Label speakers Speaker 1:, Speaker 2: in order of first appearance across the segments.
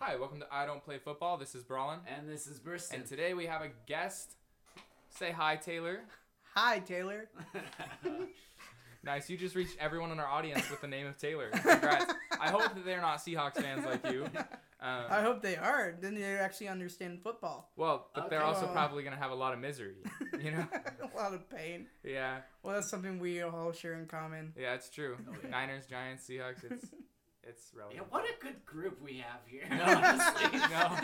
Speaker 1: Hi, welcome to I Don't Play Football. This is Brawlin.
Speaker 2: And this is Briston.
Speaker 1: And today we have a guest. Say hi, Taylor.
Speaker 3: Hi, Taylor.
Speaker 1: Nice, you just reached everyone in our audience with the name of Taylor. Congrats. I hope that they're not Seahawks fans like you.
Speaker 3: I
Speaker 1: Um,
Speaker 3: hope they are. Then they actually understand football.
Speaker 1: well, but they're
Speaker 2: Okay.
Speaker 1: also probably going to have a lot of misery. You know?
Speaker 3: a lot of pain.
Speaker 1: Yeah,
Speaker 3: Well, that's something we all share in common.
Speaker 1: yeah, it's true.
Speaker 2: Oh, yeah.
Speaker 1: Niners, Giants, Seahawks, it's it's relevant.
Speaker 2: yeah, what a good group we have here.
Speaker 1: No,
Speaker 2: honestly.
Speaker 1: no.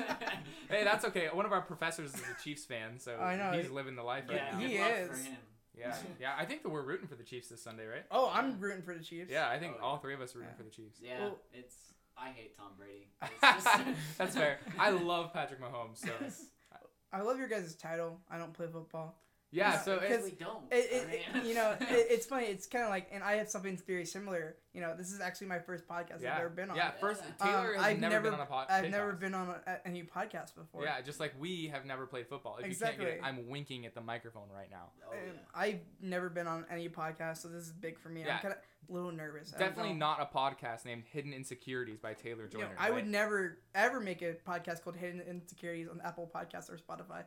Speaker 1: Hey, that's okay. One of our professors is a Chiefs fan, so
Speaker 3: I know.
Speaker 1: he's living the life right
Speaker 2: Yeah,
Speaker 1: now.
Speaker 3: He
Speaker 2: good luck for
Speaker 3: is.
Speaker 2: him.
Speaker 1: Yeah, yeah. I think that we're rooting for the Chiefs this Sunday, right?
Speaker 3: Oh, I'm rooting for the Chiefs.
Speaker 1: Yeah, I think
Speaker 2: Oh, yeah.
Speaker 1: all three of us are rooting
Speaker 3: Yeah.
Speaker 1: for the Chiefs.
Speaker 2: Yeah,
Speaker 3: Well-
Speaker 2: it's. I hate Tom Brady. It's just-
Speaker 1: That's fair. I love Patrick Mahomes. So
Speaker 2: Yes.
Speaker 3: I love your guys' title. I don't play football.
Speaker 1: yeah,
Speaker 3: Yeah,
Speaker 1: so it's
Speaker 2: Because we don't.
Speaker 3: It, it,
Speaker 2: I
Speaker 3: it-
Speaker 2: mean-
Speaker 3: you know, it, it's funny. It's kind of like, and I have something very similar. You know, this is actually my first podcast
Speaker 1: yeah,
Speaker 3: I've ever been on.
Speaker 1: yeah.
Speaker 2: it.
Speaker 1: First,
Speaker 2: Um,
Speaker 1: Taylor has
Speaker 3: I've
Speaker 1: never, been on
Speaker 3: never-
Speaker 1: a pod.
Speaker 3: I've never
Speaker 1: podcast.
Speaker 3: been on a, any podcast before.
Speaker 1: Yeah, just like we have never played football. If you can't get
Speaker 3: Exactly.
Speaker 1: it, I'm winking at the microphone right now.
Speaker 2: Oh,
Speaker 3: Um,
Speaker 2: yeah.
Speaker 3: I've never been on any podcast, so this is big for me.
Speaker 1: Yeah.
Speaker 3: I'm kind of a little nervous. I don't
Speaker 1: Definitely
Speaker 3: know.
Speaker 1: not a podcast named Hidden Insecurities by Taylor
Speaker 3: You know,
Speaker 1: Joyner.
Speaker 3: I would
Speaker 1: right?
Speaker 3: never ever make a podcast called Hidden Insecurities on Apple Podcasts or Spotify.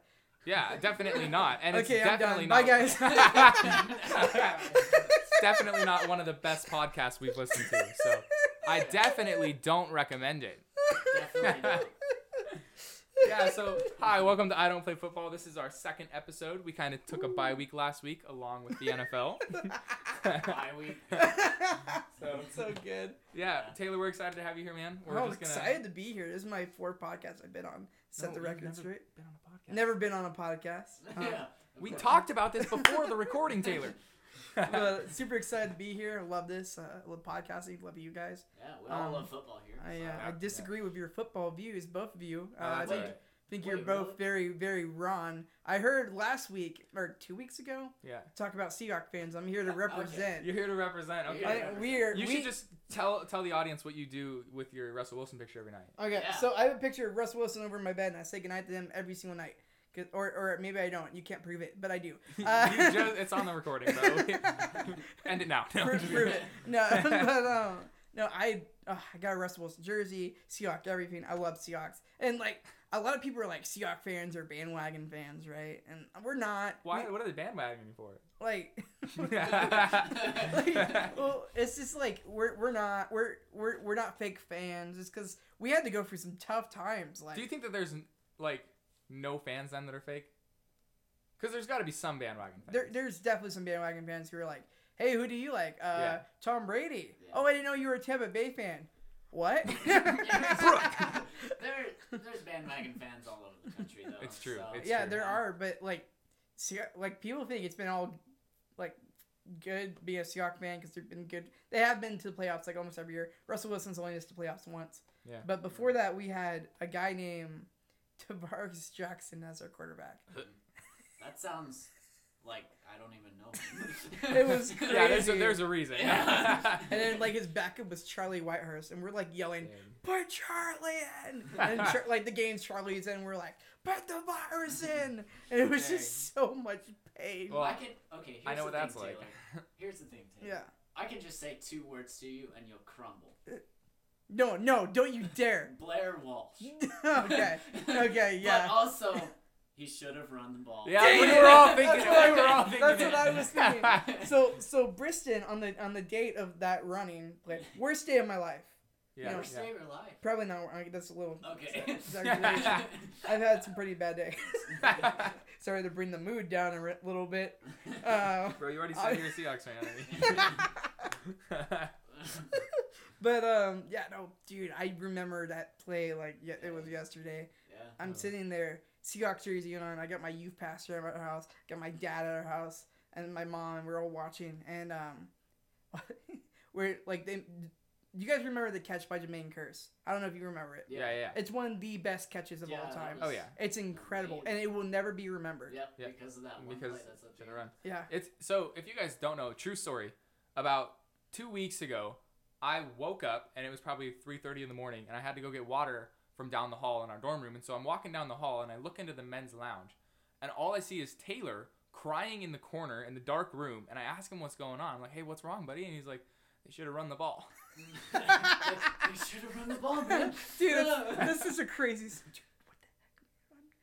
Speaker 1: Yeah, definitely not. And
Speaker 3: Okay,
Speaker 1: it's
Speaker 3: I'm
Speaker 1: definitely
Speaker 3: done. Bye,
Speaker 1: not.
Speaker 3: guys.
Speaker 1: it's definitely not one of the best podcasts we've listened to. So I definitely don't recommend it.
Speaker 2: Definitely not.
Speaker 1: yeah, so hi, welcome to I Don't Play Football. This is our second episode. We kind of took a bye week last week along with the NFL.
Speaker 3: um,
Speaker 2: Bye week.
Speaker 1: So-
Speaker 3: so good.
Speaker 1: yeah, Taylor, we're excited to have you here, man. We're
Speaker 3: I'm
Speaker 1: just gonna
Speaker 3: Oh, excited to be here. This is my fourth podcast I've been on. Set
Speaker 1: No,
Speaker 3: the
Speaker 1: you've
Speaker 3: record
Speaker 1: never
Speaker 3: straight.
Speaker 1: Been on a podcast.
Speaker 3: Never been on a podcast.
Speaker 2: Yeah.
Speaker 1: We talked about this before the recording, Taylor.
Speaker 3: but super excited to be here. I love this. Uh, I love podcasting. Love you guys.
Speaker 2: Yeah, we all
Speaker 3: Um,
Speaker 2: love football here.
Speaker 3: I, uh,
Speaker 2: so-
Speaker 3: I disagree with your football views, both of you. Uh, I
Speaker 1: that's
Speaker 3: think,
Speaker 1: all right.
Speaker 3: think
Speaker 2: Wait,
Speaker 3: you're both
Speaker 2: really?
Speaker 3: very, very wrong. I heard last week or two weeks ago
Speaker 1: Yeah,
Speaker 3: talk about Seahawk fans. I'm here to
Speaker 2: Okay.
Speaker 3: represent.
Speaker 1: you're here to represent. Okay.
Speaker 2: Yeah.
Speaker 3: I, we're,
Speaker 1: You
Speaker 3: we,
Speaker 1: should just tell tell the audience what you do with your Russell Wilson picture every night.
Speaker 3: Okay,
Speaker 2: Yeah.
Speaker 3: so I have a picture of Russ Wilson over my bed, and I say goodnight to him every single night. 'Cause- or, or maybe I don't. You can't prove it, but I do. Uh,
Speaker 1: you just, it's on the recording, bro. End it now. No, I'm
Speaker 3: Pro-
Speaker 1: just
Speaker 3: prove
Speaker 1: kidding.
Speaker 3: it. No, but um, no, I uh, I got a Russell Wilson jersey, Seahawks, everything. I love Seahawks, and like a lot of people are like Seahawks fans or bandwagon fans, right? And we're not.
Speaker 1: Why?
Speaker 3: We-
Speaker 1: What are they bandwagoning for?
Speaker 3: like, like, well, it's just like we're we're not we're we're we're not fake fans. It's because we had to go through some tough times. Like,
Speaker 1: Do you think that there's like no fans then that are fake? Because there's got to be some bandwagon fans.
Speaker 3: There, there's definitely some bandwagon fans who are like, "Hey, who do you like? Uh,
Speaker 1: Yeah.
Speaker 3: Tom Brady.
Speaker 2: Yeah.
Speaker 3: Oh, I didn't know you were a Tampa Bay fan. What?
Speaker 2: Yeah. there, there's bandwagon fans all over the country, though.
Speaker 1: It's true,
Speaker 2: so-
Speaker 1: it's
Speaker 3: yeah, there are, but like, see, like people think it's been all like good being a Seahawks fan because they've been good. They have been to the playoffs like almost every year. Russell Wilson's only missed the playoffs once.
Speaker 1: Yeah.
Speaker 3: But before that, we had a guy named Tavares Jackson as our quarterback.
Speaker 2: That sounds like I don't even know.
Speaker 3: It was
Speaker 1: Yeah, there's a,
Speaker 3: crazy.
Speaker 1: there's a reason.
Speaker 2: Yeah.
Speaker 3: And then like his backup was Charlie Whitehurst, and we're like yelling, put Charlie in. And Char- like the games Charlie's in, we're like, put the virus in. And it was just so much pain.
Speaker 1: Well,
Speaker 2: I can. Okay, here's
Speaker 1: I know
Speaker 2: the
Speaker 1: what
Speaker 2: thing,
Speaker 1: that's like.
Speaker 2: Taylor. Here's the thing, Taylor.
Speaker 3: yeah.
Speaker 2: I can just say two words to you and you'll crumble.
Speaker 3: No, no, don't you dare.
Speaker 2: Blair Walsh.
Speaker 3: okay. Okay, yeah.
Speaker 2: But also, he should have run the ball.
Speaker 1: Yeah, we were all thinking.
Speaker 3: That's what
Speaker 1: we were all
Speaker 3: I-
Speaker 1: thinking.
Speaker 3: that's
Speaker 1: it.
Speaker 3: what I was thinking. So so Briston on the on the date of that running, like worst day of my life.
Speaker 1: yeah,
Speaker 3: No,
Speaker 2: Worst day of your life.
Speaker 3: Probably not. I- That's a little.
Speaker 2: Okay.
Speaker 3: exaggeration. I've had some pretty bad days. Sorry to bring the mood down a ri- little bit. Uh,
Speaker 1: Bro, you already
Speaker 3: I-
Speaker 1: said you're a Seahawks fan.
Speaker 3: But um, yeah, no, dude, I remember that play like yeah, it was yesterday.
Speaker 2: yeah.
Speaker 3: I'm
Speaker 1: Oh.
Speaker 3: sitting there, Seahawks jersey on. I got my youth pastor at our house, got my dad at our house, and my mom, and we're all watching. And um, we're like, they, you guys remember the catch by Jermaine Curse? I don't know if you remember it.
Speaker 1: yeah, yeah.
Speaker 3: It's one of the best catches of
Speaker 2: Yeah,
Speaker 3: all
Speaker 2: that
Speaker 3: time.
Speaker 1: Oh
Speaker 2: was-
Speaker 1: yeah,
Speaker 3: It's incredible, and it will never be remembered.
Speaker 2: Yep,
Speaker 1: Yeah.
Speaker 2: because of that one
Speaker 1: because
Speaker 2: play that's up
Speaker 1: should
Speaker 2: there.
Speaker 1: have run.
Speaker 3: Yeah.
Speaker 1: It's so if you guys don't know, true story. About two weeks ago, I woke up and it was probably three thirty in the morning, and I had to go get water from down the hall in our dorm room. And so I'm walking down the hall and I look into the men's lounge, and all I see is Taylor crying in the corner in the dark room. And I ask him what's going on. I'm like, "Hey, what's wrong, buddy?" And he's like, "They should have run the ball."
Speaker 2: Like, you should have run the ball, Oh, man.
Speaker 3: Dude, that's, this is a crazy. s- Dude, what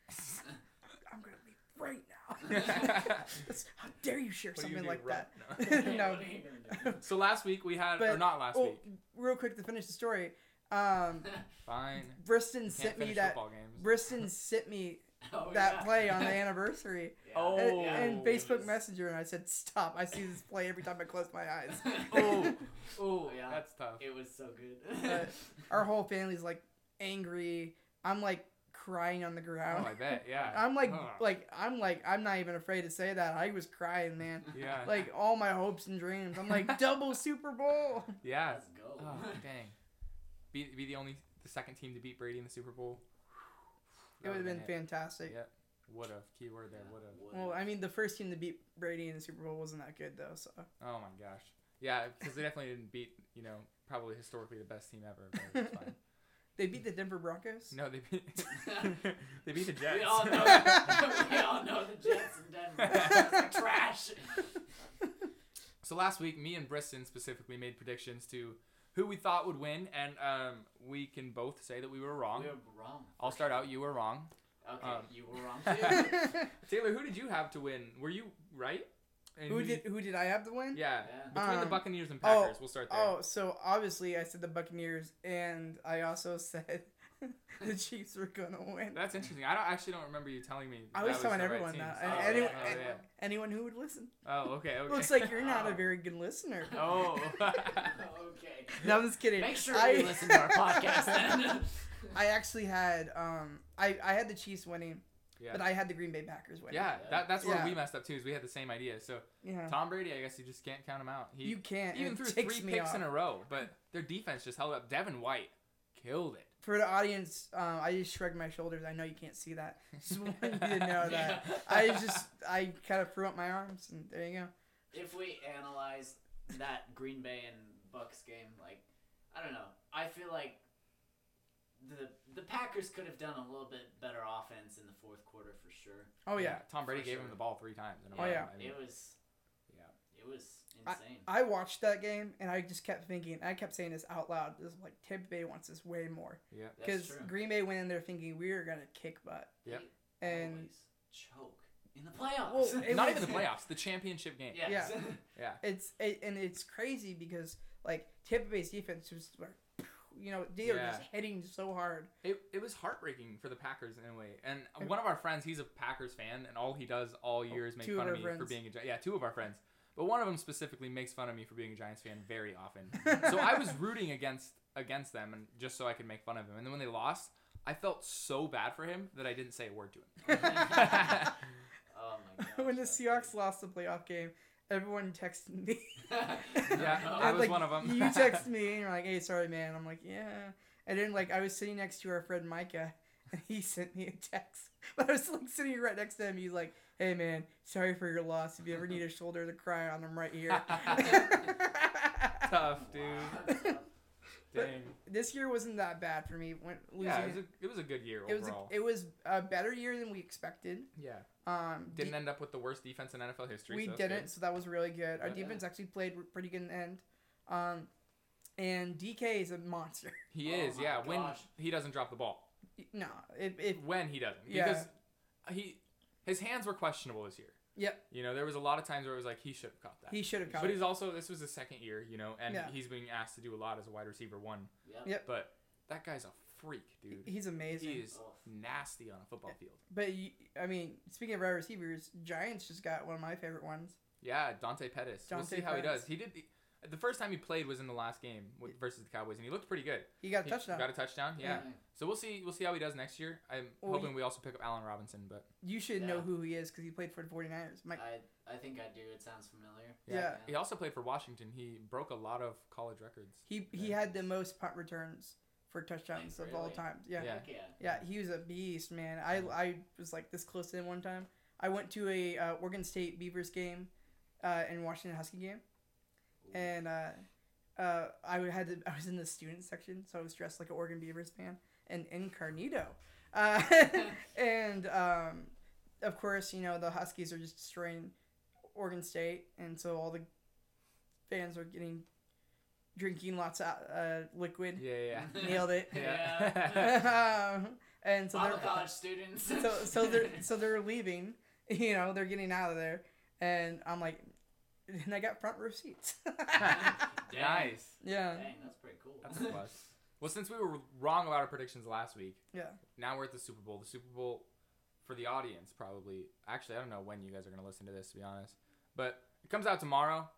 Speaker 3: the heck? I'm gonna leave right now. That's- how dare you share
Speaker 1: What do you
Speaker 3: something
Speaker 1: do,
Speaker 3: like
Speaker 1: run?
Speaker 3: that? no.
Speaker 2: What are you gonna do?
Speaker 1: So last week we had, or
Speaker 3: But-
Speaker 1: not last
Speaker 3: Oh,
Speaker 1: week.
Speaker 3: real quick to finish the story. Um,
Speaker 1: Fine.
Speaker 3: Briston
Speaker 1: Can't
Speaker 3: sent me
Speaker 1: finish
Speaker 3: that.
Speaker 1: football games.
Speaker 3: Briston sent me
Speaker 2: Oh,
Speaker 3: that
Speaker 2: yeah.
Speaker 3: play on the anniversary
Speaker 2: Yeah.
Speaker 1: Oh.
Speaker 3: and,
Speaker 2: Yeah.
Speaker 3: and
Speaker 1: Oh.
Speaker 3: Facebook Messenger, and I said, "Stop! I see this play every time I close my eyes."
Speaker 1: Oh, oh,
Speaker 2: Yeah.
Speaker 1: that's tough.
Speaker 2: It was so good.
Speaker 3: But our whole family's like angry. I'm like crying on the ground.
Speaker 1: Oh, I bet. Yeah.
Speaker 3: I'm like,
Speaker 1: Ugh.
Speaker 3: like, I'm like, I'm not even afraid to say that. I was crying, man.
Speaker 1: Yeah.
Speaker 3: Like all my hopes and dreams. I'm like double Super Bowl.
Speaker 1: yeah.
Speaker 2: Let's go.
Speaker 1: Oh, dang. Be be the only the second team to beat Brady in the Super Bowl.
Speaker 3: It would have been
Speaker 1: fantastic.
Speaker 3: fantastic.
Speaker 1: Yeah. Would have. Keyword there. Would have.
Speaker 2: Would've.
Speaker 3: Well, I mean, the first team to beat Brady in the Super Bowl wasn't that good though. So
Speaker 1: Oh my gosh. Yeah, because they definitely didn't beat you know probably historically the best team ever. But it's fine.
Speaker 3: they beat the Denver Broncos.
Speaker 1: No, they beat they beat the Jets.
Speaker 2: We all know. we all know the Jets in Denver. trash.
Speaker 1: So last week, me and Briston specifically made predictions to who we thought would win, and um, we can both say that we were wrong.
Speaker 2: We're wrong.
Speaker 1: I'll start out. You were wrong.
Speaker 2: Okay,
Speaker 3: uh,
Speaker 1: Um.
Speaker 2: you were wrong too.
Speaker 1: Taylor, who did you have to win? Were you right? And
Speaker 3: who did who did I have to win?
Speaker 1: Yeah.
Speaker 2: Yeah.
Speaker 1: Between the
Speaker 3: Um,
Speaker 1: Buccaneers and
Speaker 3: oh,
Speaker 1: Packers, we'll start there.
Speaker 3: Oh, so obviously I said the Buccaneers, and I also said the Chiefs were gonna win.
Speaker 1: That's interesting. I don't actually don't remember you telling me.
Speaker 3: I was
Speaker 1: that
Speaker 3: telling
Speaker 1: the right
Speaker 3: everyone
Speaker 1: teams.
Speaker 3: that.
Speaker 1: Oh,
Speaker 3: And
Speaker 1: yeah.
Speaker 3: anyone,
Speaker 1: oh,
Speaker 3: and-
Speaker 1: yeah.
Speaker 3: anyone who would listen.
Speaker 1: Oh, okay. Okay.
Speaker 3: Looks like you're not a very good listener.
Speaker 1: Oh.
Speaker 2: okay.
Speaker 3: No, I'm just kidding.
Speaker 2: Make sure
Speaker 3: I,
Speaker 2: you listen to our podcast then.
Speaker 3: I actually had um I, I had the Chiefs winning,
Speaker 1: Yeah.
Speaker 3: but I had the Green Bay Packers winning.
Speaker 1: yeah. That, that's where
Speaker 3: Yeah.
Speaker 1: we messed up too. Is we had the same idea. So
Speaker 3: Yeah.
Speaker 1: Tom Brady, I guess you just can't count him out. He
Speaker 3: you can't.
Speaker 1: even
Speaker 3: it
Speaker 1: threw
Speaker 3: ticks
Speaker 1: three
Speaker 3: me
Speaker 1: picks
Speaker 3: off.
Speaker 1: in a row, but their defense just held up. Devin White killed it.
Speaker 3: For the audience, um, I just shrugged my shoulders. I know you can't see that. Just wanted you to know that. I just I kind of threw up my arms, and there you go.
Speaker 2: If we analyze that Green Bay and Bucks game, like I don't know, I feel like the the Packers could have done a little bit better offense in the fourth quarter for sure.
Speaker 3: Oh yeah.
Speaker 1: Tom Brady
Speaker 2: For
Speaker 1: gave
Speaker 2: sure.
Speaker 1: him the ball three times. In a
Speaker 3: Oh,
Speaker 1: row.
Speaker 3: yeah.
Speaker 1: I mean,
Speaker 2: It was
Speaker 1: Yeah.
Speaker 2: It was insane.
Speaker 3: I watched that game and I just kept thinking, I kept saying this out loud. This is like Tampa Bay wants this way more
Speaker 1: yeah.
Speaker 2: That's
Speaker 3: because
Speaker 2: true.
Speaker 3: Green Bay went in there thinking we are gonna kick butt,
Speaker 1: Yep.
Speaker 2: They
Speaker 3: and
Speaker 2: always choke in the playoffs.
Speaker 3: Well, it
Speaker 1: Not
Speaker 3: was-
Speaker 1: even the playoffs, the championship game.
Speaker 2: Yes.
Speaker 3: Yeah. it's it, and it's crazy because like Tampa Bay's defense was like, you know, they are just
Speaker 1: Yeah.
Speaker 3: hitting so hard.
Speaker 1: It, it was heartbreaking for the Packers in a way. And one of our friends, he's a Packers fan, and all he does all year is make
Speaker 3: Oh, Two of
Speaker 1: fun of
Speaker 3: our
Speaker 1: me for
Speaker 3: friends.
Speaker 1: being a Gi- yeah, two of our friends. But one of them specifically makes fun of me for being a Giants fan very often. so I was rooting against against them, and just so I could make fun of him. And then when they lost, I felt so bad for him that I didn't say a word to him.
Speaker 2: Oh my god.
Speaker 3: when the Seahawks lost the playoff game, everyone texted me.
Speaker 1: Yeah,
Speaker 2: No.
Speaker 1: I
Speaker 3: And,
Speaker 1: was
Speaker 3: like,
Speaker 1: one of 'em.
Speaker 3: you texted me and you're like, "Hey, sorry, man." I'm like, "Yeah." And then like I was sitting next to our friend Micah, and he sent me a text. But I was like sitting right next to him. He's like, "Hey, man, sorry for your loss. If you ever need a shoulder to cry on, I'm right here."
Speaker 1: Tough dude.
Speaker 2: Wow, that's tough.
Speaker 1: Dang.
Speaker 3: this year wasn't that bad for me. When losing,
Speaker 1: Yeah, it was, a, it was a good year
Speaker 3: it was,
Speaker 1: overall.
Speaker 3: a, it was a better year than we expected.
Speaker 1: yeah,
Speaker 3: Um,
Speaker 1: didn't
Speaker 3: de-
Speaker 1: end up with the worst defense in NFL history.
Speaker 3: we
Speaker 1: so that's
Speaker 3: didn't, so that was really good. Our
Speaker 1: Yeah.
Speaker 3: defense actually played pretty good in the end. Um, and DK is a monster.
Speaker 1: good. He
Speaker 2: Oh
Speaker 1: is.
Speaker 2: my
Speaker 1: yeah, when
Speaker 2: gosh.
Speaker 1: he doesn't drop the ball.
Speaker 3: no, it, it
Speaker 1: when he doesn't
Speaker 3: Yeah.
Speaker 1: because he his hands were questionable this year.
Speaker 3: Yep.
Speaker 1: You know, there was a lot of times where it was like he should have caught that.
Speaker 3: He should have caught
Speaker 1: but
Speaker 3: it.
Speaker 1: he's also this was his second year, you know, and
Speaker 3: Yeah.
Speaker 1: he's being asked to do a lot as a wide receiver one.
Speaker 2: Yep.
Speaker 3: Yeah.
Speaker 1: But that guy's a freak, dude.
Speaker 3: He's amazing.
Speaker 1: He is
Speaker 2: Oh.
Speaker 3: Mm.
Speaker 1: nasty on a football field.
Speaker 3: But you, I mean, speaking of wide receivers, Giants just got one of my favorite ones.
Speaker 1: Yeah, Dante Pettis. we'll
Speaker 3: Dante
Speaker 1: see how he
Speaker 3: Pettis.
Speaker 1: does. He did the first time he played was in the last game with- versus the Cowboys, and he looked pretty good.
Speaker 3: He got a
Speaker 1: He
Speaker 3: touchdown.
Speaker 1: Got a touchdown. Yeah.
Speaker 2: Yeah.
Speaker 1: So we'll see. We'll see how he does next year. I'm
Speaker 3: Well,
Speaker 1: hoping we also pick up Allen Robinson, but
Speaker 3: You should know
Speaker 2: Yeah.
Speaker 3: who he is because he played for the 49ers. Mike,
Speaker 2: I I think I do. It sounds familiar.
Speaker 3: Yeah.
Speaker 1: he also played for Washington. He broke a lot of college records.
Speaker 3: he he had the most punt returns for touchdowns of all
Speaker 2: Really?
Speaker 3: time. Yeah. yeah,
Speaker 1: Yeah.
Speaker 2: Heck yeah.
Speaker 3: He was a beast, man. I I was like this close to him one time. I went to a uh, Oregon State Beavers game, uh, and Washington Husky game,
Speaker 2: Ooh.
Speaker 3: and uh, uh, I would- had to, I was in the student section, so I was dressed like an Oregon Beavers fan and incarnito. Uh, and um, of course, you know the Huskies are just destroying Oregon State, and so all the fans are getting drinking lots of uh, liquid.
Speaker 1: Yeah, yeah. yeah.
Speaker 3: Nailed it.
Speaker 1: Yeah.
Speaker 3: Um, and so
Speaker 2: I'm a
Speaker 3: they're
Speaker 2: college student.
Speaker 3: so so they're so they're leaving. You know, they're getting out of there, and I'm like, and I got front row seats.
Speaker 2: Dang.
Speaker 1: Nice.
Speaker 3: yeah,
Speaker 2: Dang, that's pretty cool.
Speaker 1: That's a plus. Well, since we were wrong about our predictions last week,
Speaker 3: yeah.
Speaker 1: now we're at the Super Bowl. The Super Bowl for the audience probably. Actually, I don't know when you guys are going to listen to this, to be honest. But it comes out tomorrow.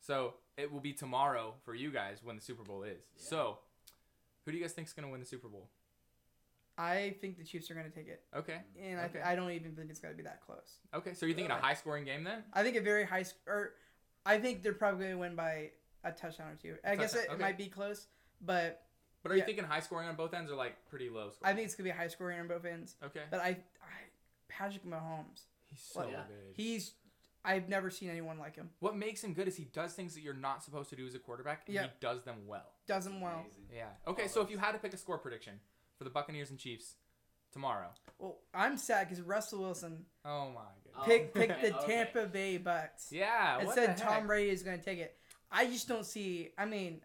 Speaker 1: So it will be tomorrow for you guys when the Super Bowl is.
Speaker 2: Yeah.
Speaker 1: So who do you guys think's going to win the Super Bowl?
Speaker 3: I think the Chiefs are gonna take it,
Speaker 1: Okay.
Speaker 3: and I,
Speaker 1: Okay.
Speaker 3: I don't even think it's gonna be that close.
Speaker 1: Okay. So you're thinking a
Speaker 2: Really?
Speaker 1: high scoring game then?
Speaker 3: I think a very high sc- or I think they're probably gonna win by a touchdown or two. I guess it,
Speaker 1: Touchdown,
Speaker 3: it
Speaker 1: okay.
Speaker 3: might be close, but
Speaker 1: But are you
Speaker 3: Yeah.
Speaker 1: thinking high scoring on both ends or like pretty low scoring?
Speaker 3: I think it's gonna be high scoring on both ends.
Speaker 1: Okay.
Speaker 3: But I, I Patrick Mahomes,
Speaker 1: He's so
Speaker 2: Yeah.
Speaker 1: good.
Speaker 3: he's I've never seen anyone like him.
Speaker 1: what makes him good is he does things that you're not supposed to do as a quarterback, and
Speaker 3: Yeah.
Speaker 1: he does them well.
Speaker 3: Does him well.
Speaker 2: Amazing.
Speaker 1: Yeah. Okay,
Speaker 2: All
Speaker 1: so if
Speaker 2: those.
Speaker 1: you had to pick a score prediction for the Buccaneers and Chiefs tomorrow,
Speaker 3: Well, I'm sad because Russell Wilson
Speaker 1: oh my
Speaker 2: Oh.
Speaker 1: goodness.
Speaker 3: picked pick the
Speaker 2: Okay.
Speaker 3: Tampa Bay Bucks.
Speaker 1: Yeah.
Speaker 3: It
Speaker 1: What
Speaker 3: said
Speaker 1: the
Speaker 3: Tom
Speaker 1: heck?
Speaker 3: Brady is gonna take it. I just don't see. I mean,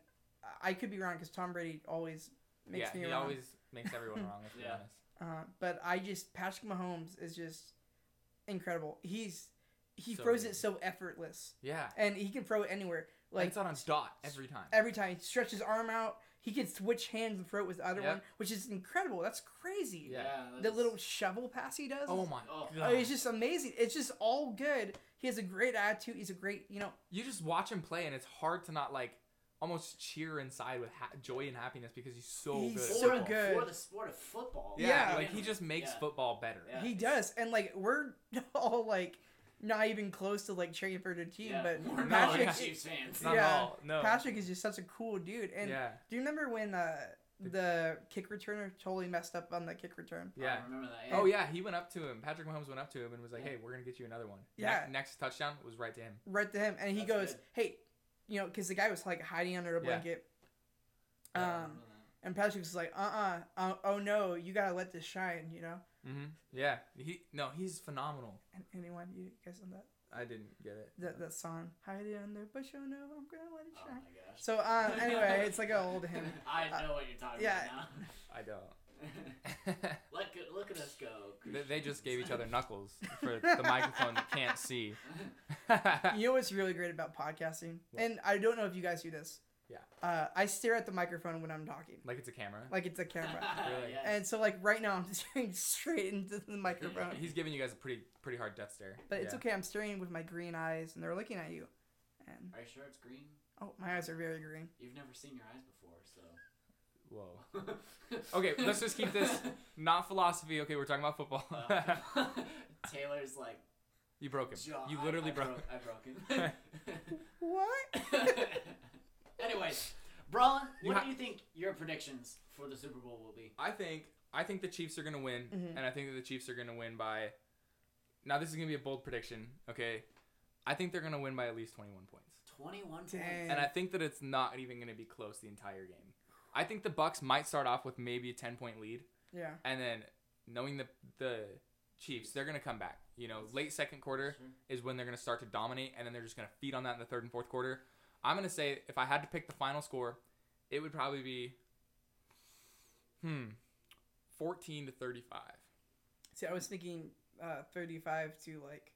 Speaker 3: I could be wrong because Tom Brady always makes
Speaker 1: yeah,
Speaker 3: me
Speaker 1: he
Speaker 3: wrong.
Speaker 1: always makes everyone wrong. If
Speaker 2: Yeah.
Speaker 1: yeah. honest.
Speaker 3: Uh, but I just Patrick Mahomes is just incredible. He's he
Speaker 1: So
Speaker 3: throws
Speaker 1: good.
Speaker 3: it so effortless,
Speaker 1: Yeah.
Speaker 3: and he can throw it anywhere.
Speaker 1: Like
Speaker 3: Like
Speaker 1: it's on a dot every time.
Speaker 3: every time he stretches his arm out, he can switch hands and throw it with the other
Speaker 1: Yeah.
Speaker 3: one, which is incredible. That's crazy.
Speaker 1: Yeah.
Speaker 3: The
Speaker 2: that's-
Speaker 3: little shovel pass he does.
Speaker 1: Oh my
Speaker 2: Oh.
Speaker 1: god.
Speaker 3: It's just amazing. It's just all good. He has a great attitude. He's a great, you know,
Speaker 1: you just watch him play, and it's hard to not like almost cheer inside with ha- joy and happiness because he's so
Speaker 3: He's
Speaker 1: good. at
Speaker 3: so
Speaker 2: for,
Speaker 1: football.
Speaker 3: good.
Speaker 2: for the sport of football.
Speaker 1: Yeah,
Speaker 3: Yeah.
Speaker 1: Like he just makes
Speaker 2: Yeah.
Speaker 1: football better.
Speaker 2: Yeah.
Speaker 3: he does. And like we're all like not even close to like cheering for the team,
Speaker 2: Yeah,
Speaker 3: but
Speaker 2: we're not
Speaker 3: Patrick,
Speaker 1: yeah.
Speaker 2: Chiefs fans.
Speaker 1: Not at
Speaker 3: Yeah.
Speaker 1: all. No.
Speaker 3: Patrick is just such a cool dude. And
Speaker 1: yeah.
Speaker 3: do you remember when uh, the kick returner totally messed up on the kick return?
Speaker 1: Yeah.
Speaker 2: I remember that.
Speaker 1: Oh yeah, he went up to him. Patrick Mahomes went up to him and was like,
Speaker 2: Yeah.
Speaker 1: "Hey, we're gonna get you another one."
Speaker 3: Yeah.
Speaker 1: Ne- next touchdown was right to him.
Speaker 3: Right to him, and he
Speaker 2: That's
Speaker 3: goes, "Hey, you know," because the guy was like hiding under a
Speaker 1: Yeah.
Speaker 3: blanket.
Speaker 2: I
Speaker 3: Um,
Speaker 2: remember that.
Speaker 3: and Patrick's like, "Uh, uh uh, oh no, you gotta let this shine," you know.
Speaker 1: Mm-hmm. Yeah. He no, he's phenomenal.
Speaker 3: And anyone, you guys know that
Speaker 1: I didn't get it.
Speaker 3: that, that song, "Hide it under, but you know I'm gonna let it
Speaker 2: Oh
Speaker 3: shine."
Speaker 2: my gosh.
Speaker 3: So uh, anyway, it's like an old hymn. Uh,
Speaker 2: I know what you're talking
Speaker 3: yeah.
Speaker 1: I
Speaker 2: about now.
Speaker 1: don't.
Speaker 2: Look at look at us go.
Speaker 1: They- They just gave each other knuckles for the microphone that can't see.
Speaker 3: You know what's really great about podcasting,
Speaker 1: Uh, What?
Speaker 3: and I don't know if you guys do this.
Speaker 1: Yeah.
Speaker 3: Uh, I stare at the microphone when I'm talking,
Speaker 1: like it's a camera.
Speaker 3: like it's a camera.
Speaker 1: Really?
Speaker 2: Yes.
Speaker 3: and so like right now, I'm staring straight into the microphone.
Speaker 1: He's giving you guys a pretty pretty hard death stare.
Speaker 3: uh, But it's
Speaker 1: Yeah.
Speaker 3: okay. I'm staring with my green eyes, and they're looking at you. And
Speaker 2: Are you sure it's green?
Speaker 3: oh, my eyes are very green.
Speaker 2: You've never seen your eyes before,
Speaker 1: Whoa.
Speaker 2: so.
Speaker 1: Okay, let's just keep this- Not philosophy. Okay, we're talking about football.
Speaker 2: Uh, Taylor's like.
Speaker 1: you broke him.
Speaker 2: jaw-
Speaker 1: You
Speaker 2: I-
Speaker 1: literally
Speaker 2: I
Speaker 1: broke.
Speaker 2: I broke
Speaker 3: What?
Speaker 2: him. Anyways, Brawlin,
Speaker 1: You
Speaker 2: what
Speaker 1: ha-
Speaker 2: do you think your predictions for the Super Bowl will be?
Speaker 1: I think I think the Chiefs are gonna win,
Speaker 3: Mhm.
Speaker 1: and I think that the Chiefs are gonna win by. Now this is gonna be a bold prediction. Okay, I think they're gonna win by at least twenty one points.
Speaker 2: 21
Speaker 3: Dang.
Speaker 2: points.
Speaker 1: and I think that it's not even going to be close the entire game. I think the Bucks might start off with maybe a ten point lead,
Speaker 3: Yeah.
Speaker 1: and then knowing the the Chiefs, they're going to come back. You know, late second quarter
Speaker 2: Sure.
Speaker 1: is when they're going to start to dominate, and then they're just going to feed on that in the third and fourth quarter. I'm going to say if I had to pick the final score, it would probably be hmm, fourteen to thirty five.
Speaker 3: See, I was thinking uh, 35 to like,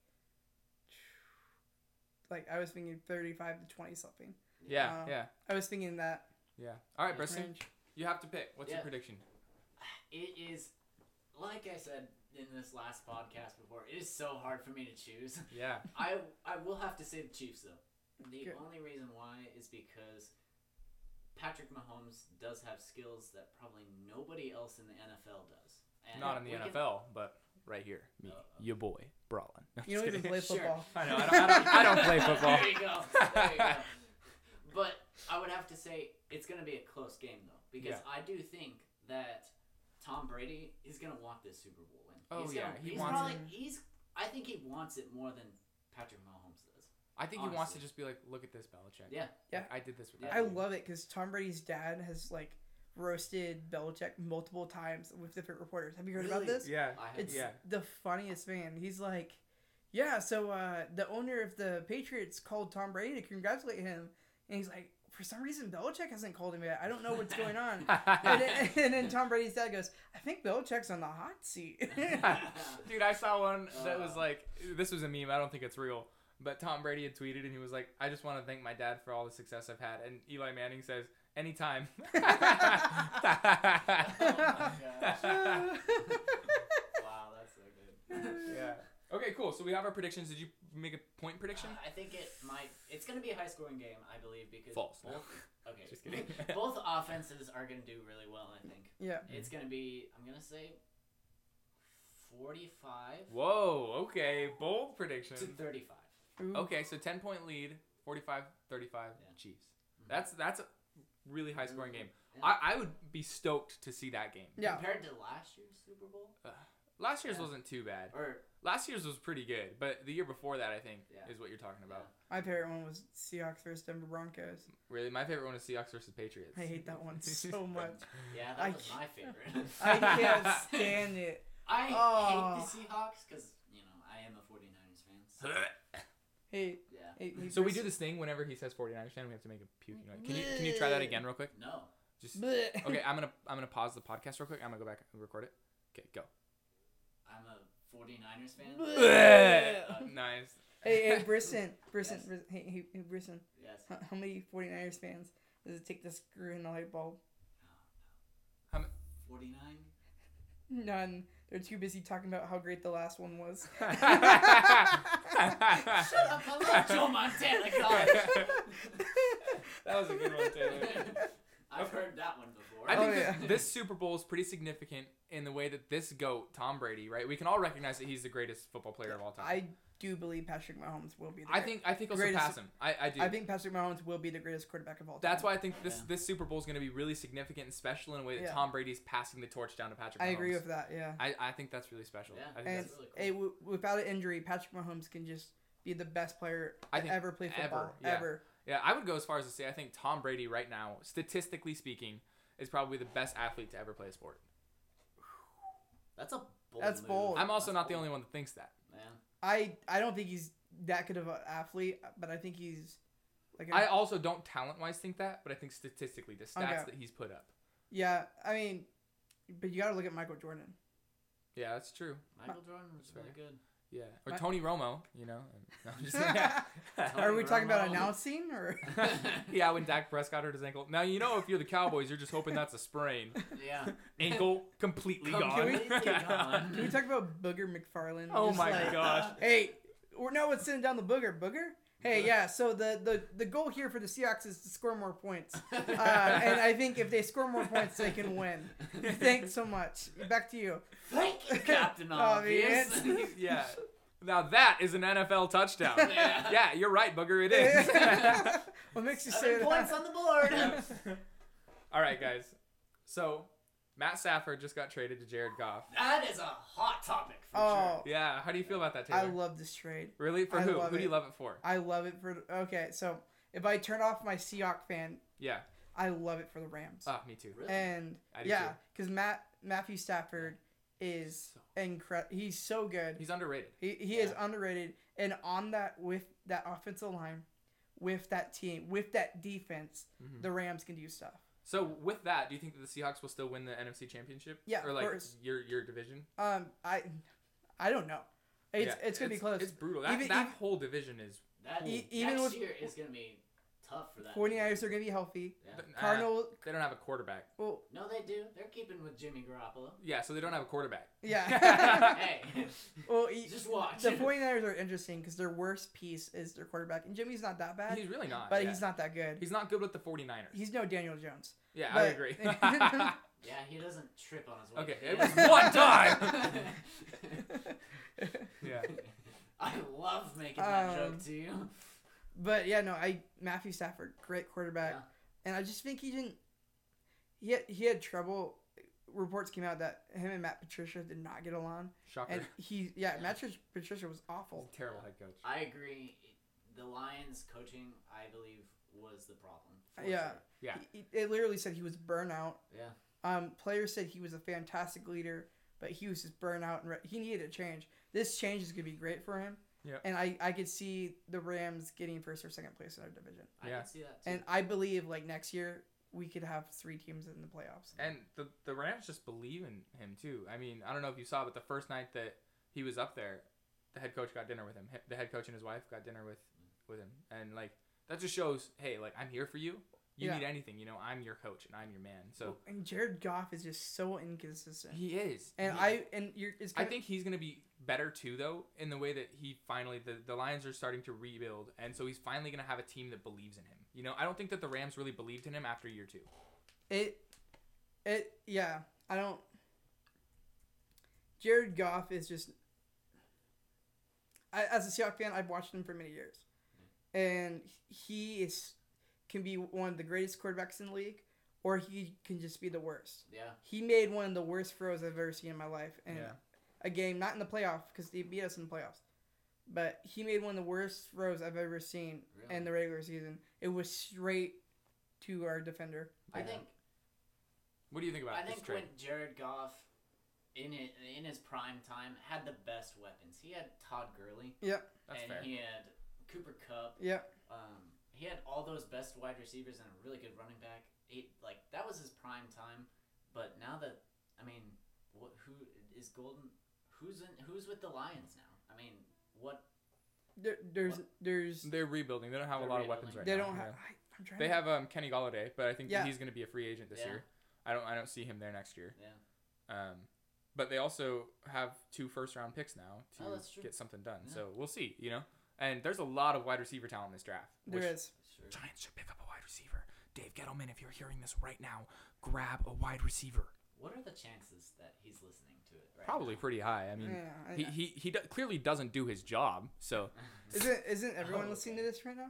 Speaker 3: like I was thinking 35 to 20 something.
Speaker 1: Yeah,
Speaker 3: Wow.
Speaker 1: yeah,
Speaker 3: I was thinking that
Speaker 1: yeah. All right,
Speaker 2: Yeah.
Speaker 1: Preston,
Speaker 3: range.
Speaker 1: you have to pick. What's your
Speaker 2: Yeah.
Speaker 1: prediction?
Speaker 2: It is, like I said in this last podcast before, it is so hard for me to choose.
Speaker 1: Yeah,
Speaker 2: I I will have to say the Chiefs though. The
Speaker 3: Good.
Speaker 2: only reason why is because Patrick Mahomes does have skills that probably nobody else in the NFL does. And
Speaker 1: not in the
Speaker 2: we can-
Speaker 1: NFL, but right here, me,
Speaker 2: Uh,
Speaker 1: your boy, Brawlin. No,
Speaker 3: You don't
Speaker 1: just
Speaker 3: even
Speaker 1: kidding.
Speaker 3: play
Speaker 2: Sure.
Speaker 3: football.
Speaker 1: I know. I don't, I don't, I don't play football.
Speaker 2: there you go. There you go. But I would have to say it's going to be a close game though, because I do think that Tom Brady is going to want this Super Bowl win.
Speaker 1: Oh,
Speaker 2: he's
Speaker 1: yeah,
Speaker 2: gonna,
Speaker 1: he
Speaker 2: he's
Speaker 1: wants
Speaker 2: probably,
Speaker 3: it.
Speaker 2: He's I think he wants it more than Patrick Mahomes does.
Speaker 1: I think he wants to
Speaker 2: Honestly.
Speaker 1: just be like, look at this, Belichick.
Speaker 2: Yeah.
Speaker 3: Yeah.
Speaker 1: I did this with
Speaker 2: Yeah.
Speaker 3: I
Speaker 1: that.
Speaker 3: love it because Tom Brady's dad has like roasted Belichick multiple times with different reporters. Have you heard about
Speaker 2: Really?
Speaker 3: this?
Speaker 1: Yeah.
Speaker 2: I have
Speaker 3: It's
Speaker 1: Yeah.
Speaker 3: the funniest man. He's like, yeah. So uh, the owner of the Patriots called Tom Brady to congratulate him, and he's like, for some reason Belichick hasn't called him yet. I don't know what's going on. and, then, and then Tom Brady's dad goes, I think Belichick's on the hot seat.
Speaker 1: Dude, I saw one that was
Speaker 2: Uh.
Speaker 1: like, this was a meme. I don't think it's real. But Tom Brady had tweeted and he was like, I just want to thank my dad for all the success I've had. And Eli Manning says, anytime. Oh
Speaker 2: gosh. wow, that's so good.
Speaker 1: yeah. Okay, cool. So we have our predictions. Did you make a point prediction?
Speaker 2: I think it might. It's going to be a high scoring game, I believe, because
Speaker 1: False.
Speaker 2: Both, okay,
Speaker 1: Just kidding.
Speaker 2: both offenses are going to do really well. I think
Speaker 3: yeah.
Speaker 2: it's going to be. I'm going to say forty-five
Speaker 1: Whoa, okay. Bold prediction.
Speaker 2: to thirty-five.
Speaker 3: Ooh.
Speaker 1: Okay, so 10 point lead, 45 35
Speaker 2: Yeah. Mm-hmm.
Speaker 1: Chiefs. That's that's a really high scoring game.
Speaker 2: Yeah.
Speaker 1: I, I would be stoked to see that game.
Speaker 3: Yeah.
Speaker 2: Compared to last year's Super Bowl,
Speaker 1: Last year's
Speaker 2: Yeah.
Speaker 1: wasn't too bad.
Speaker 2: or
Speaker 1: Last year's was pretty good, but the year before that, I think,
Speaker 2: Yeah.
Speaker 1: is what you're talking about.
Speaker 3: My favorite one was Seahawks versus Denver Broncos.
Speaker 1: Really, my favorite one is Seahawks versus Patriots.
Speaker 3: I hate that one so much.
Speaker 2: yeah,
Speaker 3: I
Speaker 2: that was my favorite.
Speaker 3: I can't stand it.
Speaker 2: I
Speaker 3: Oh.
Speaker 2: hate the Seahawks because you know I am a 49ers fan. So,
Speaker 3: Hey,
Speaker 2: yeah.
Speaker 3: hey, hey,
Speaker 1: so we
Speaker 3: Bruce.
Speaker 1: do this thing whenever he says 49ers fan, we have to make a puke noise. Can you can you try that again real quick?
Speaker 2: No.
Speaker 1: Just
Speaker 3: Bleh.
Speaker 1: okay. I'm gonna I'm gonna pause the podcast real quick. I'm gonna go back and record it. Okay, go.
Speaker 2: I'm a 49ers
Speaker 3: Bleh.
Speaker 2: fan.
Speaker 3: Bleh.
Speaker 1: nice.
Speaker 3: Hey, hey, Brisson, Brisson,
Speaker 2: Yes.
Speaker 3: Brisson, hey, hey, hey, Brisson.
Speaker 2: yes.
Speaker 3: How, how many 49ers fans does it take to screw in the light bulb?
Speaker 2: 49?
Speaker 3: None. They're too busy talking about how great the last one was.
Speaker 2: Shut up, I love Joe Montana, God.
Speaker 1: That was a good one, Taylor.
Speaker 2: I've heard that one before.
Speaker 1: I think
Speaker 3: Oh,
Speaker 1: that
Speaker 3: yeah.
Speaker 1: this Super Bowl is pretty significant in the way that this goat, Tom Brady, right? We can all recognize that he's the greatest football player of all time.
Speaker 3: I do believe Patrick Mahomes will be. The
Speaker 1: I
Speaker 3: great-
Speaker 1: think I think he'll
Speaker 3: Greatest-
Speaker 1: surpass him. I, I do.
Speaker 3: I think Patrick Mahomes will be the greatest quarterback of all time.
Speaker 1: That's why I think this
Speaker 2: Yeah.
Speaker 1: this Super Bowl is going to be really significant and special in a way that
Speaker 3: Yeah.
Speaker 1: Tom Brady's passing the torch down to Patrick.
Speaker 3: I
Speaker 1: Mahomes.
Speaker 3: agree with that. Yeah.
Speaker 1: I, I think that's really special.
Speaker 2: Yeah.
Speaker 1: I think
Speaker 3: And
Speaker 1: that's
Speaker 2: really cool.
Speaker 3: hey, w- without an injury, Patrick Mahomes can just be the best player
Speaker 1: I
Speaker 3: to
Speaker 1: think
Speaker 3: ever play football
Speaker 1: yeah.
Speaker 3: ever.
Speaker 1: yeah. I would go as far as to say I think Tom Brady right now, statistically speaking, is probably the best athlete to ever play a sport.
Speaker 2: That's a bold
Speaker 3: That's
Speaker 2: move.
Speaker 3: bold.
Speaker 1: I'm also
Speaker 2: That's
Speaker 1: not the
Speaker 2: bold,
Speaker 1: only one that thinks that.
Speaker 2: Man.
Speaker 3: I I don't think he's that good of an athlete, but I think he's like a-
Speaker 1: I also don't talent wise think that, but I think statistically the stats
Speaker 3: Okay.
Speaker 1: that he's put up.
Speaker 3: yeah. I mean, but you got to look at Michael Jordan.
Speaker 1: Yeah, that's true.
Speaker 2: Michael Jordan was
Speaker 1: That's
Speaker 2: really good.
Speaker 1: Yeah, or
Speaker 3: My-
Speaker 1: Tony Romo, you know. and- no, I'm just
Speaker 3: Are we talking about
Speaker 2: Romo.
Speaker 3: announcing or?
Speaker 1: yeah, when Dak Prescott hurt his ankle. Now you know if you're the Cowboys, you're just hoping that's a sprain.
Speaker 2: Yeah.
Speaker 1: Ankle completely
Speaker 2: Come-
Speaker 1: gone.
Speaker 3: can we-
Speaker 2: gone.
Speaker 3: Can we talk about Booger McFarland?
Speaker 1: oh
Speaker 3: Just
Speaker 1: my
Speaker 3: like,
Speaker 1: gosh.
Speaker 3: Hey, we're now it's sitting down the booger. Booger. Hey, yeah. So the the the goal here for the Seahawks is to score more points, uh, and I think if they score more points, they can win. Thanks so much. Back to you.
Speaker 2: Thank you, Captain
Speaker 3: Obvious.
Speaker 2: Obvious.
Speaker 1: Yeah. Now that is an NFL touchdown.
Speaker 2: Yeah.
Speaker 1: yeah, you're right, Booger. It is.
Speaker 3: what makes you say
Speaker 2: Seven points
Speaker 3: that?
Speaker 2: on the board.
Speaker 1: All right, guys. So Matt Stafford just got traded to Jared Goff.
Speaker 2: That is a hot topic for
Speaker 3: Oh,
Speaker 1: Yeah. How do you feel about that, Taylor?
Speaker 3: I love this trade.
Speaker 1: really? For
Speaker 3: I
Speaker 1: who?
Speaker 3: love
Speaker 1: Who do you
Speaker 3: it.
Speaker 1: love it for?
Speaker 3: I love it for. Okay, so if I turn off my Seahawk fan,
Speaker 1: Yeah.
Speaker 3: I love it for the Rams.
Speaker 1: Oh, me too.
Speaker 2: sure. Really?
Speaker 3: and
Speaker 1: I do
Speaker 3: yeah,
Speaker 1: too.
Speaker 3: because Matt Matthew Stafford is
Speaker 1: So-
Speaker 3: incredible. He's so good.
Speaker 1: He's underrated.
Speaker 3: He, he is underrated, and on that with that offensive line, with that team, with that defense,
Speaker 1: Mhm.
Speaker 3: the Rams can do stuff.
Speaker 1: So with that, do you think that the Seahawks will still win the NFC Championship?
Speaker 3: Yeah,
Speaker 1: Or like
Speaker 3: first.
Speaker 1: your your division?
Speaker 3: Um, I, I don't know. It's
Speaker 1: Yeah,
Speaker 3: it's gonna be close.
Speaker 1: It's brutal. That,
Speaker 3: Even-
Speaker 1: that
Speaker 3: even-
Speaker 1: whole division is.
Speaker 2: That
Speaker 3: E- even
Speaker 2: even next
Speaker 3: with-
Speaker 2: year is going to be tough for that.
Speaker 3: 49ers are gonna be healthy.
Speaker 2: Yeah.
Speaker 1: th- uh,
Speaker 3: Cardinal,
Speaker 1: they don't have a quarterback.
Speaker 3: well,
Speaker 2: No, they do. They're keeping with Jimmy Garoppolo.
Speaker 1: Yeah, so they don't have a quarterback.
Speaker 3: yeah.
Speaker 2: hey,
Speaker 3: well, he,
Speaker 2: just watch.
Speaker 3: the 49ers are interesting because their worst piece is their quarterback, and Jimmy's not that bad,
Speaker 1: He's really not.
Speaker 3: but
Speaker 1: yeah.
Speaker 3: he's not that good.
Speaker 1: He's not good with the 49ers.
Speaker 3: He's no Daniel Jones.
Speaker 1: yeah, I
Speaker 3: but-
Speaker 1: agree. yeah,
Speaker 2: Yeah, he doesn't trip on his way.
Speaker 1: Okay,
Speaker 2: to
Speaker 1: it
Speaker 2: the
Speaker 1: was
Speaker 2: end.
Speaker 1: one time.
Speaker 2: I love making that
Speaker 3: Um,
Speaker 2: joke to you.
Speaker 3: But yeah, no, I Matthew Stafford, great quarterback,
Speaker 2: Yeah.
Speaker 3: and I just think he didn't. He had, he had trouble. Reports came out that him and Matt Patricia did not get along,
Speaker 1: shocker.
Speaker 3: and he yeah,
Speaker 2: Yeah.
Speaker 3: Matt Tris- Patricia was
Speaker 1: He's
Speaker 3: awful.
Speaker 1: a terrible head coach.
Speaker 2: I agree. The Lions coaching, I believe, was the problem. for
Speaker 3: Yeah.
Speaker 2: sure.
Speaker 1: Uh, Yeah.
Speaker 3: He, he- it literally said he was burnout.
Speaker 2: Yeah.
Speaker 3: Um, players said he was a fantastic leader, but he was just burnout and re- he needed a change. This change is gonna be great for him.
Speaker 1: Yep.
Speaker 3: And I, I could see the Rams getting first or second place in our division.
Speaker 2: I
Speaker 1: Yeah.
Speaker 2: can see that too.
Speaker 3: And I believe like next year we could have three teams in the playoffs.
Speaker 1: And the the Rams just believe in him too. I mean, I don't know if you saw, but the first night that he was up there, the head coach got dinner with him. He- The head coach and his wife got dinner with with him, and like that just shows, hey, like I'm here for you. You
Speaker 3: Yeah.
Speaker 1: need anything, you know, I'm your coach and I'm your man. So
Speaker 3: and Jared Goff is just so inconsistent.
Speaker 1: he is.
Speaker 3: and
Speaker 1: He-
Speaker 3: I and you're it's
Speaker 1: I
Speaker 3: gonna,
Speaker 1: think he's gonna be better too, though, in the way that he finally the the Lions are starting to rebuild, and so he's finally gonna have a team that believes in him. You know, I don't think that the Rams really believed in him after year two.
Speaker 3: It, it, yeah. I don't. Jared Goff is just. I, as a Seahawks fan, I've watched him for many years, and he is can be one of the greatest quarterbacks in the league, or he can just be the worst.
Speaker 2: yeah.
Speaker 3: He made one of the worst throws I've ever seen in my life, and
Speaker 1: Yeah.
Speaker 3: a game not in the playoff because they beat us in the playoffs, but he made one of the worst throws I've ever seen
Speaker 2: Really?
Speaker 3: in the regular season. It was straight to our defender.
Speaker 2: I
Speaker 1: Yeah.
Speaker 2: think
Speaker 1: What do you think about
Speaker 2: I
Speaker 1: this
Speaker 2: think
Speaker 1: trade?
Speaker 2: when Jared Goff in it, in his prime time had the best weapons. He had Todd Gurley
Speaker 3: Yep.
Speaker 1: That's
Speaker 2: and
Speaker 1: fair.
Speaker 2: he had Cooper Cup.
Speaker 3: Yep.
Speaker 2: Um, he had all those best wide receivers and a really good running back. He like that was his prime time, but now that I mean, what who is Golden? Who's in? Who's with the Lions now? I mean, what?
Speaker 3: There, there's, there's,
Speaker 1: They're rebuilding. They don't have a
Speaker 2: They're
Speaker 1: lot of weapons right
Speaker 2: rebuilding.
Speaker 1: now.
Speaker 3: they don't have.
Speaker 1: Yeah.
Speaker 3: I, I'm trying.
Speaker 1: They
Speaker 3: to-
Speaker 1: have um, Kenny Galladay, but I think
Speaker 3: Yeah.
Speaker 1: that he's going to be a free agent this
Speaker 2: Yeah.
Speaker 1: year. I don't. I don't see him there next year.
Speaker 2: Yeah.
Speaker 1: Um, but they also have two first round picks now to
Speaker 2: Oh, that's true.
Speaker 1: get something done.
Speaker 2: Yeah.
Speaker 1: So we'll see. You know, and there's a lot of wide receiver talent in this draft.
Speaker 3: There
Speaker 1: which
Speaker 3: is.
Speaker 2: Sure.
Speaker 1: Giants should pick up a wide receiver. Dave Gettleman, if you're hearing this right now, grab a wide receiver.
Speaker 2: What are the chances that he's listening to it? Right
Speaker 1: Probably
Speaker 2: now?
Speaker 1: pretty high. I mean,
Speaker 3: yeah, I
Speaker 1: he
Speaker 3: know.
Speaker 1: he he do- clearly doesn't do his job. So
Speaker 3: isn't isn't everyone
Speaker 2: Oh,
Speaker 3: listening
Speaker 2: okay.
Speaker 3: to this right now?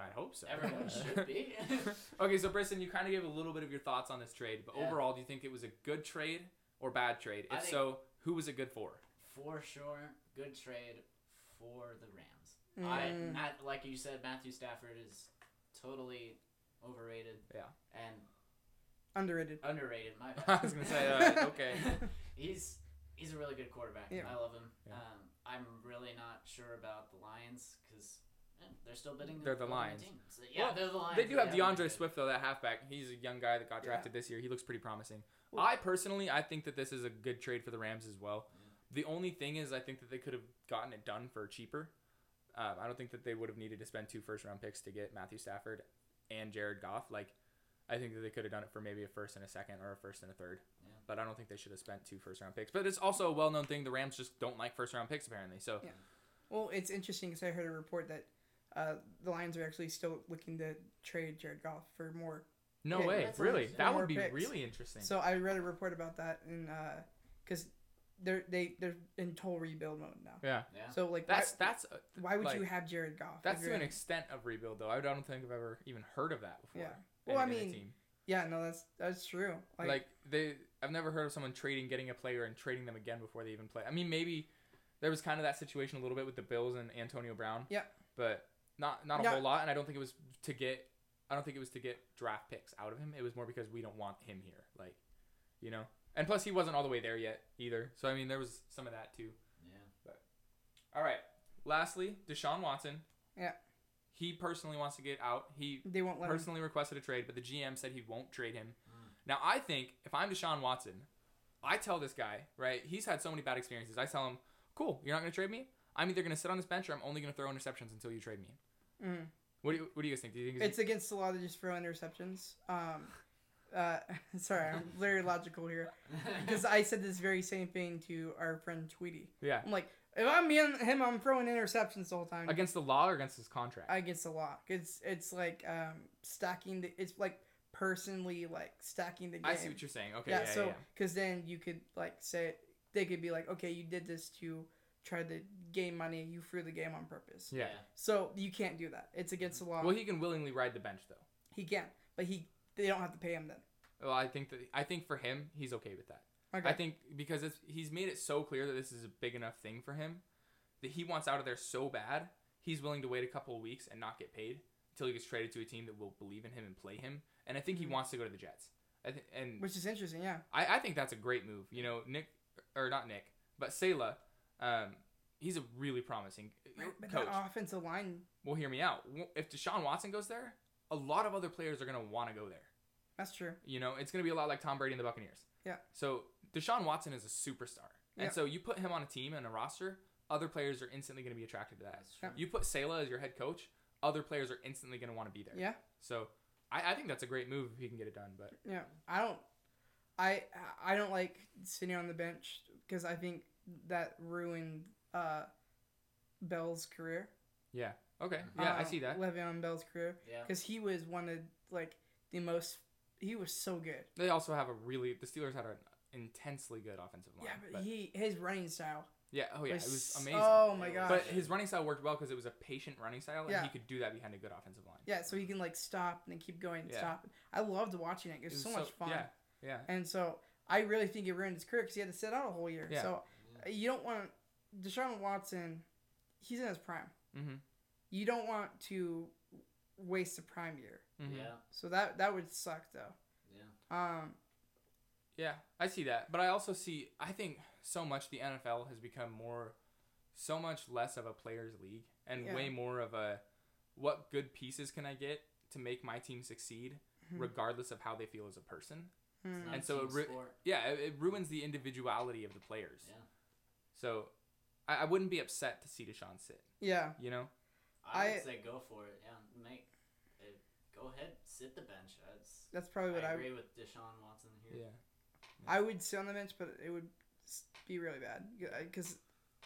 Speaker 1: I hope so.
Speaker 2: Everyone should be.
Speaker 1: Okay, so Briston, you kind of gave a little bit of your thoughts on this trade, but
Speaker 2: Yeah.
Speaker 1: overall, do you think it was a good trade or bad trade?
Speaker 2: I
Speaker 1: If
Speaker 2: think-
Speaker 1: so, who was it good for?
Speaker 2: for sure, good trade for the Rams. I
Speaker 3: Mm.
Speaker 2: Matt, like you said, Matthew Stafford is totally overrated.
Speaker 1: Yeah.
Speaker 2: And
Speaker 3: Underrated.
Speaker 2: underrated. My bad.
Speaker 1: I was gonna say, uh, okay.
Speaker 2: he's he's a really good quarterback.
Speaker 3: Yeah.
Speaker 2: I love him.
Speaker 1: Yeah.
Speaker 2: Um, I'm really not sure about the Lions because they're still bidding.
Speaker 1: They're the
Speaker 2: building a
Speaker 1: Lions.
Speaker 2: team. So, yeah,
Speaker 1: Well,
Speaker 2: they're the Lions.
Speaker 1: They do
Speaker 2: but
Speaker 1: have
Speaker 2: they haven't been
Speaker 1: DeAndre
Speaker 2: good.
Speaker 1: Swift though, that halfback. He's a young guy that got
Speaker 3: Yeah.
Speaker 1: drafted this year. He looks pretty promising.
Speaker 3: Well-
Speaker 1: I personally, I think that this is a good trade for the Rams as well. The only thing is, I think that they could have gotten it done for cheaper. Um, I don't think that they would have needed to spend two first round picks to get Matthew Stafford and Jared Goff. Like, I think that they could have done it for maybe a first and a second or a first and a third.
Speaker 2: Yeah.
Speaker 1: But I don't think they should have spent two first round picks. But it's also a well known thing. The Rams just don't like first round picks, apparently. So,
Speaker 3: Yeah. Well, it's interesting because I heard a report that uh, the Lions are actually still looking to trade Jared Goff for more.
Speaker 1: no
Speaker 3: Yeah,
Speaker 1: way.
Speaker 2: that's
Speaker 1: Really?
Speaker 2: interesting.
Speaker 1: That
Speaker 3: More
Speaker 1: would be
Speaker 3: picks.
Speaker 1: really interesting.
Speaker 3: So I read a report about that, and because they're they they're in total rebuild mode now.
Speaker 1: yeah.
Speaker 2: Yeah.
Speaker 3: So like
Speaker 1: That's,
Speaker 3: why,
Speaker 1: that's,
Speaker 3: why would
Speaker 1: like,
Speaker 3: you have Jared Goff? if
Speaker 1: That's
Speaker 3: you're
Speaker 1: to an
Speaker 3: in-
Speaker 1: extent of rebuild, though. I don't think I've ever even heard of that before.
Speaker 3: Yeah.
Speaker 1: in-
Speaker 3: Well, I
Speaker 1: in a
Speaker 3: mean,
Speaker 1: team.
Speaker 3: yeah, no, that's that's true.
Speaker 1: like, they, I've never heard of someone trading, getting a player, and trading them again before they even play. I mean, maybe there was kind of that situation a little bit with the Bills and Antonio Brown.
Speaker 3: Yeah.
Speaker 1: But not not a
Speaker 3: No.
Speaker 1: whole lot, and I don't think it was to get. I don't think it was to get draft picks out of him. It was more because we don't want him here, like, you know. And plus, he wasn't all the way there yet either. So I mean, there was some of that too.
Speaker 2: yeah.
Speaker 1: All right. Lastly, Deshaun Watson.
Speaker 3: Yeah.
Speaker 1: He personally wants to get out. He
Speaker 3: they won't let him.
Speaker 1: personally requested a trade, but the GM said he won't trade him.
Speaker 2: Mm.
Speaker 1: Now I think if I'm Deshaun Watson, I tell this guy, right? He's had so many bad experiences. I tell him, "Cool, you're not going to trade me. I'm either going to sit on this bench or I'm only going to throw interceptions until you trade me."
Speaker 3: Mm.
Speaker 1: What do you What do you guys think? Do you think
Speaker 3: It's against the law to just throw interceptions. Um, uh, sorry, I'm very logical here because I said this very same thing to our friend Tweety.
Speaker 1: yeah
Speaker 3: I'm like, if I'm being him, I'm throwing interceptions the whole time.
Speaker 1: against the law or against his contract?
Speaker 3: against the law, it's it's like um stacking. The, it's like personally like stacking the game.
Speaker 1: I see what you're saying. Okay,
Speaker 3: yeah,
Speaker 1: yeah, yeah,
Speaker 3: so
Speaker 1: yeah.
Speaker 3: because then you could like say they could be like, okay, you did this to try to gain money. You threw the game on purpose.
Speaker 1: Yeah.
Speaker 3: So you can't do that. It's against the law.
Speaker 1: Well, he can willingly ride the bench though.
Speaker 3: he can, but he they don't have to pay him then.
Speaker 1: Well, I think that I think for him, he's okay with that.
Speaker 3: Okay.
Speaker 1: I think because it's he's made it so clear that this is a big enough thing for him that he wants out of there so bad, he's willing to wait a couple of weeks and not get paid until he gets traded to a team that will believe in him and play him. And I think
Speaker 3: Mhm.
Speaker 1: he wants to go to the Jets. I th- and
Speaker 3: Which is interesting, yeah.
Speaker 1: I, I think that's a great move. You know, Nick or not Nick, but Selah, um, he's a really promising uh,
Speaker 3: Right, but
Speaker 1: coach.
Speaker 3: that offensive line,
Speaker 1: Well, hear me out. W- If Deshaun Watson goes there, a lot of other players are going to want to go there.
Speaker 3: that's true.
Speaker 1: You know, it's going to be a lot like Tom Brady and the Buccaneers.
Speaker 3: Yeah.
Speaker 1: So Deshaun Watson is a superstar.
Speaker 3: Yeah.
Speaker 1: And so you put him on a team and a roster, other players are instantly going to be attracted to that.
Speaker 2: That's true.
Speaker 3: Yeah.
Speaker 1: You put Sala as your head coach, other players are instantly going to want to be there.
Speaker 3: Yeah,
Speaker 1: So I, I think that's a great move if he can get it done. But
Speaker 3: yeah. I don't, I I don't like sitting on the bench because I think that ruined uh, Bell's career.
Speaker 1: okay, yeah, I
Speaker 3: Uh,
Speaker 1: see that.
Speaker 3: Le'Veon Bell's career
Speaker 2: Yeah.
Speaker 3: because he was one of like the most. He was so good.
Speaker 1: They also have a really the Steelers had an intensely good offensive line.
Speaker 3: Yeah, but, he his running style.
Speaker 1: yeah, oh yeah, it
Speaker 3: was
Speaker 1: was
Speaker 3: so-
Speaker 1: amazing.
Speaker 3: Oh
Speaker 2: It
Speaker 3: my
Speaker 2: was.
Speaker 3: gosh.
Speaker 1: But his running style worked well because it was a patient running style, and
Speaker 3: Yeah.
Speaker 1: he could do that behind a good offensive line.
Speaker 3: yeah, so he can like stop and then keep going and
Speaker 1: Yeah.
Speaker 3: stop. I loved watching it. It was, so, much fun.
Speaker 1: Yeah, yeah.
Speaker 3: And so I really think it ruined his career because he had to sit out a whole year.
Speaker 1: Yeah.
Speaker 3: So you don't want Deshaun Watson. He's in his prime.
Speaker 1: Mm-hmm.
Speaker 3: You don't want to waste a prime year.
Speaker 1: Mm-hmm.
Speaker 2: Yeah.
Speaker 3: So that that would suck though.
Speaker 2: Yeah.
Speaker 3: Um,
Speaker 1: Yeah, I see that. But I also see, I think so much the NFL has become more, so much less of a player's league and
Speaker 3: Yeah.
Speaker 1: way more of a what good pieces can I get to make my team succeed,
Speaker 3: Mhm.
Speaker 1: regardless of how they feel as a person.
Speaker 3: hmm.
Speaker 2: It's not
Speaker 1: And so
Speaker 2: team
Speaker 1: it re-
Speaker 2: sport.
Speaker 1: Yeah, it, it ruins the individuality of the players.
Speaker 2: Yeah.
Speaker 1: So I, I wouldn't be upset to see Deshaun sit,
Speaker 3: yeah,
Speaker 1: you know?
Speaker 2: I would
Speaker 3: I-
Speaker 2: say go for it. Yeah, make it, go ahead, sit the bench. That's,
Speaker 3: that's probably what
Speaker 2: I
Speaker 3: I,
Speaker 2: agree with Deshaun Watson here.
Speaker 1: Yeah.
Speaker 3: I would sit on the bench, but it would s- be really bad because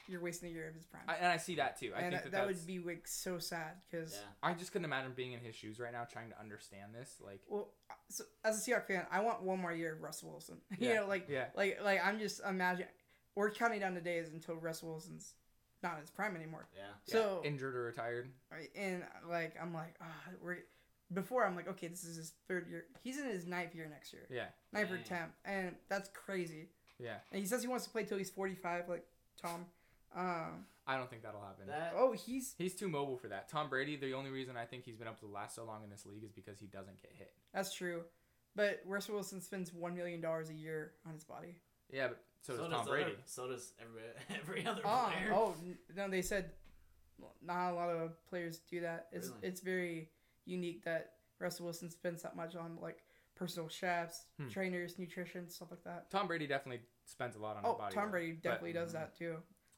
Speaker 3: you're wasting a year of his prime.
Speaker 1: I, and I see that too. I
Speaker 3: and
Speaker 1: think
Speaker 3: that,
Speaker 1: that,
Speaker 3: that
Speaker 1: that's,
Speaker 3: would be like so sad because
Speaker 2: Yeah.
Speaker 1: I just couldn't imagine being in his shoes right now trying to understand this. Like,
Speaker 3: well, uh, so, as a Seahawks fan, I want one more year of Russell Wilson. you
Speaker 1: Yeah.
Speaker 3: know, like
Speaker 1: yeah.
Speaker 3: Like like I'm just imagining we're counting down the days until Russell Wilson's not in his prime anymore.
Speaker 2: Yeah.
Speaker 1: yeah,
Speaker 3: So
Speaker 1: injured or retired.
Speaker 3: I- and like I'm like ah we're before I'm like okay this is his third year he's in his ninth year next year
Speaker 1: Yeah.
Speaker 3: ninth or
Speaker 2: Dang.
Speaker 3: tenth and that's crazy
Speaker 1: Yeah.
Speaker 3: and he says he wants to play till he's 45 like Tom um
Speaker 1: I don't think that'll happen.
Speaker 2: That
Speaker 3: oh he's
Speaker 1: He's too mobile for that. Tom Brady, the only reason I think he's been able to last so long in this league is because he doesn't get hit.
Speaker 3: that's true but Russell Wilson spends one million dollars a year on his body
Speaker 1: Yeah, but so, does, Tom
Speaker 2: other-
Speaker 1: Brady.
Speaker 2: so does every every other
Speaker 3: oh,
Speaker 2: player.
Speaker 3: oh n- no they said not a lot of players do that it's
Speaker 2: Really?
Speaker 3: it's very unique that russell wilson spends that much on like personal chefs
Speaker 1: Hmm.
Speaker 3: trainers nutrition stuff like that
Speaker 1: Tom Brady definitely spends a lot on
Speaker 3: oh
Speaker 1: his body.
Speaker 3: tom
Speaker 1: though.
Speaker 3: brady
Speaker 1: But Mm-hmm.
Speaker 3: definitely does
Speaker 2: Mhm.
Speaker 3: that too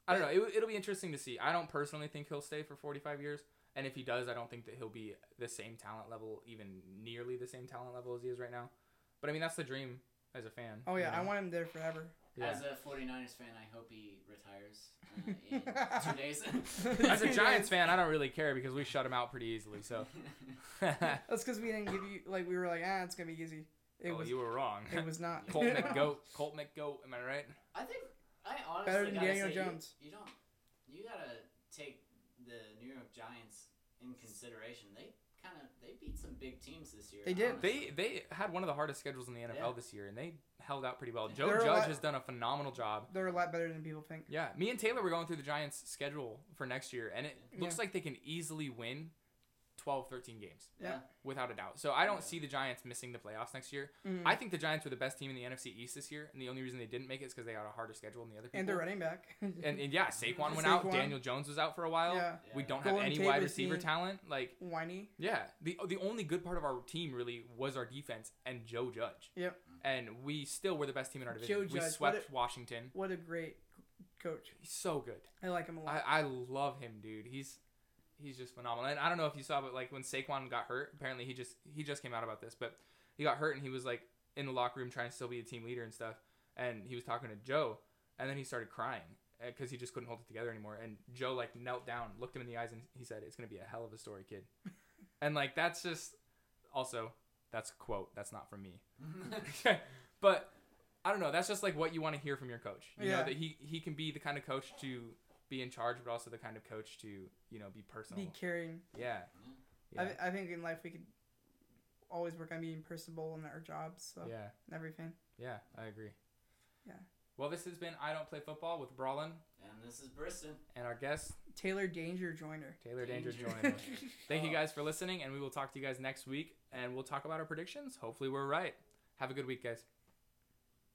Speaker 1: I don't know. It, it'll be interesting to see. I don't personally think he'll stay for 45 years. And if he does, I don't think that he'll be the same talent level, even nearly the same talent level as he is right now. But I mean, that's the dream as a fan.
Speaker 3: oh yeah
Speaker 1: you know?
Speaker 3: i want him there forever
Speaker 1: Yeah.
Speaker 2: As a 49ers fan, I hope he retires uh, in two days.
Speaker 1: As a Giants fan, I don't really care because we shut him out pretty easily. So, oh,
Speaker 3: that's because we didn't give you like we were like ah it's gonna be easy it was
Speaker 1: you were wrong.
Speaker 3: it was not
Speaker 1: Colt McGoat. Colt McGoat. Am I right?
Speaker 2: I think I honestly
Speaker 3: Better than
Speaker 2: gotta
Speaker 3: Daniel
Speaker 2: say,
Speaker 3: Jones.
Speaker 2: You, you don't. You gotta take the New York Giants in consideration. They kind of they beat some big teams this year.
Speaker 3: They did.
Speaker 1: They they had one of the hardest schedules in the NFL
Speaker 2: Yeah.
Speaker 1: this year, and they held out pretty well. Joe
Speaker 3: They're a
Speaker 1: Judge
Speaker 3: lot-
Speaker 1: has done a phenomenal job.
Speaker 3: they're a lot better than people think
Speaker 1: Yeah, me and Taylor were going through the Giants' schedule for next year, and it
Speaker 3: Yeah.
Speaker 1: looks like they can easily win 12, 13 games
Speaker 2: Yeah.
Speaker 1: without a doubt. So I don't
Speaker 2: Yeah.
Speaker 1: see the Giants missing the playoffs next year.
Speaker 3: Mhm.
Speaker 1: I think the Giants were the best team in the NFC East this year, and the only reason they didn't make it is because they had a harder schedule than the other people.
Speaker 3: and they're running back
Speaker 1: and, and yeah, Saquon went out.
Speaker 3: Saquon.
Speaker 1: Daniel Jones was out for a while.
Speaker 3: yeah
Speaker 1: We
Speaker 2: Yeah.
Speaker 1: don't have
Speaker 3: Golden
Speaker 1: any
Speaker 3: Tate
Speaker 1: wide
Speaker 3: was
Speaker 1: receiver
Speaker 3: seen.
Speaker 1: talent. Like,
Speaker 3: whiny
Speaker 1: yeah, the the only good part of our team really was our defense and Joe Judge.
Speaker 3: Yep.
Speaker 1: And we still were the best team in our division.
Speaker 3: Joe
Speaker 1: we
Speaker 3: Judge, what
Speaker 1: swept Washington.
Speaker 3: what a great coach
Speaker 1: He's so good.
Speaker 3: i like him a lot
Speaker 1: I, I love him, dude. He's he's just phenomenal. And I don't know if you saw, but like when Saquon got hurt, apparently he just he just came out about this, but he got hurt and he was like in the locker room trying to still be a team leader and stuff. And he was talking to Joe, and then he started crying because he just couldn't hold it together anymore. And Joe like knelt down, looked him in the eyes, and he said, "It's gonna be a hell of a story, kid." and like that's just also that's a quote. That's not from me. but I don't know. That's just like what you want to hear from your coach. You
Speaker 3: Yeah.
Speaker 1: know that he he can be the kind of coach to be in charge, but also the kind of coach to you know be personal.
Speaker 3: be caring
Speaker 1: yeah.
Speaker 3: I,
Speaker 1: Yeah.
Speaker 3: th- I think in life we could always work on being personable in our jobs so,
Speaker 1: yeah.
Speaker 3: and everything.
Speaker 1: Yeah. I agree.
Speaker 3: Yeah.
Speaker 1: Well, this has been I don't play football with Brawlin
Speaker 2: and this is Briston.
Speaker 1: and our guest
Speaker 3: Taylor Danger Joiner.
Speaker 1: Taylor Danger
Speaker 2: Danger.
Speaker 1: Joyner. Thank you
Speaker 2: Oh.
Speaker 1: guys for listening, and we will talk to you guys next week, and we'll talk about our predictions. Hopefully, we're right. Have a good week, guys.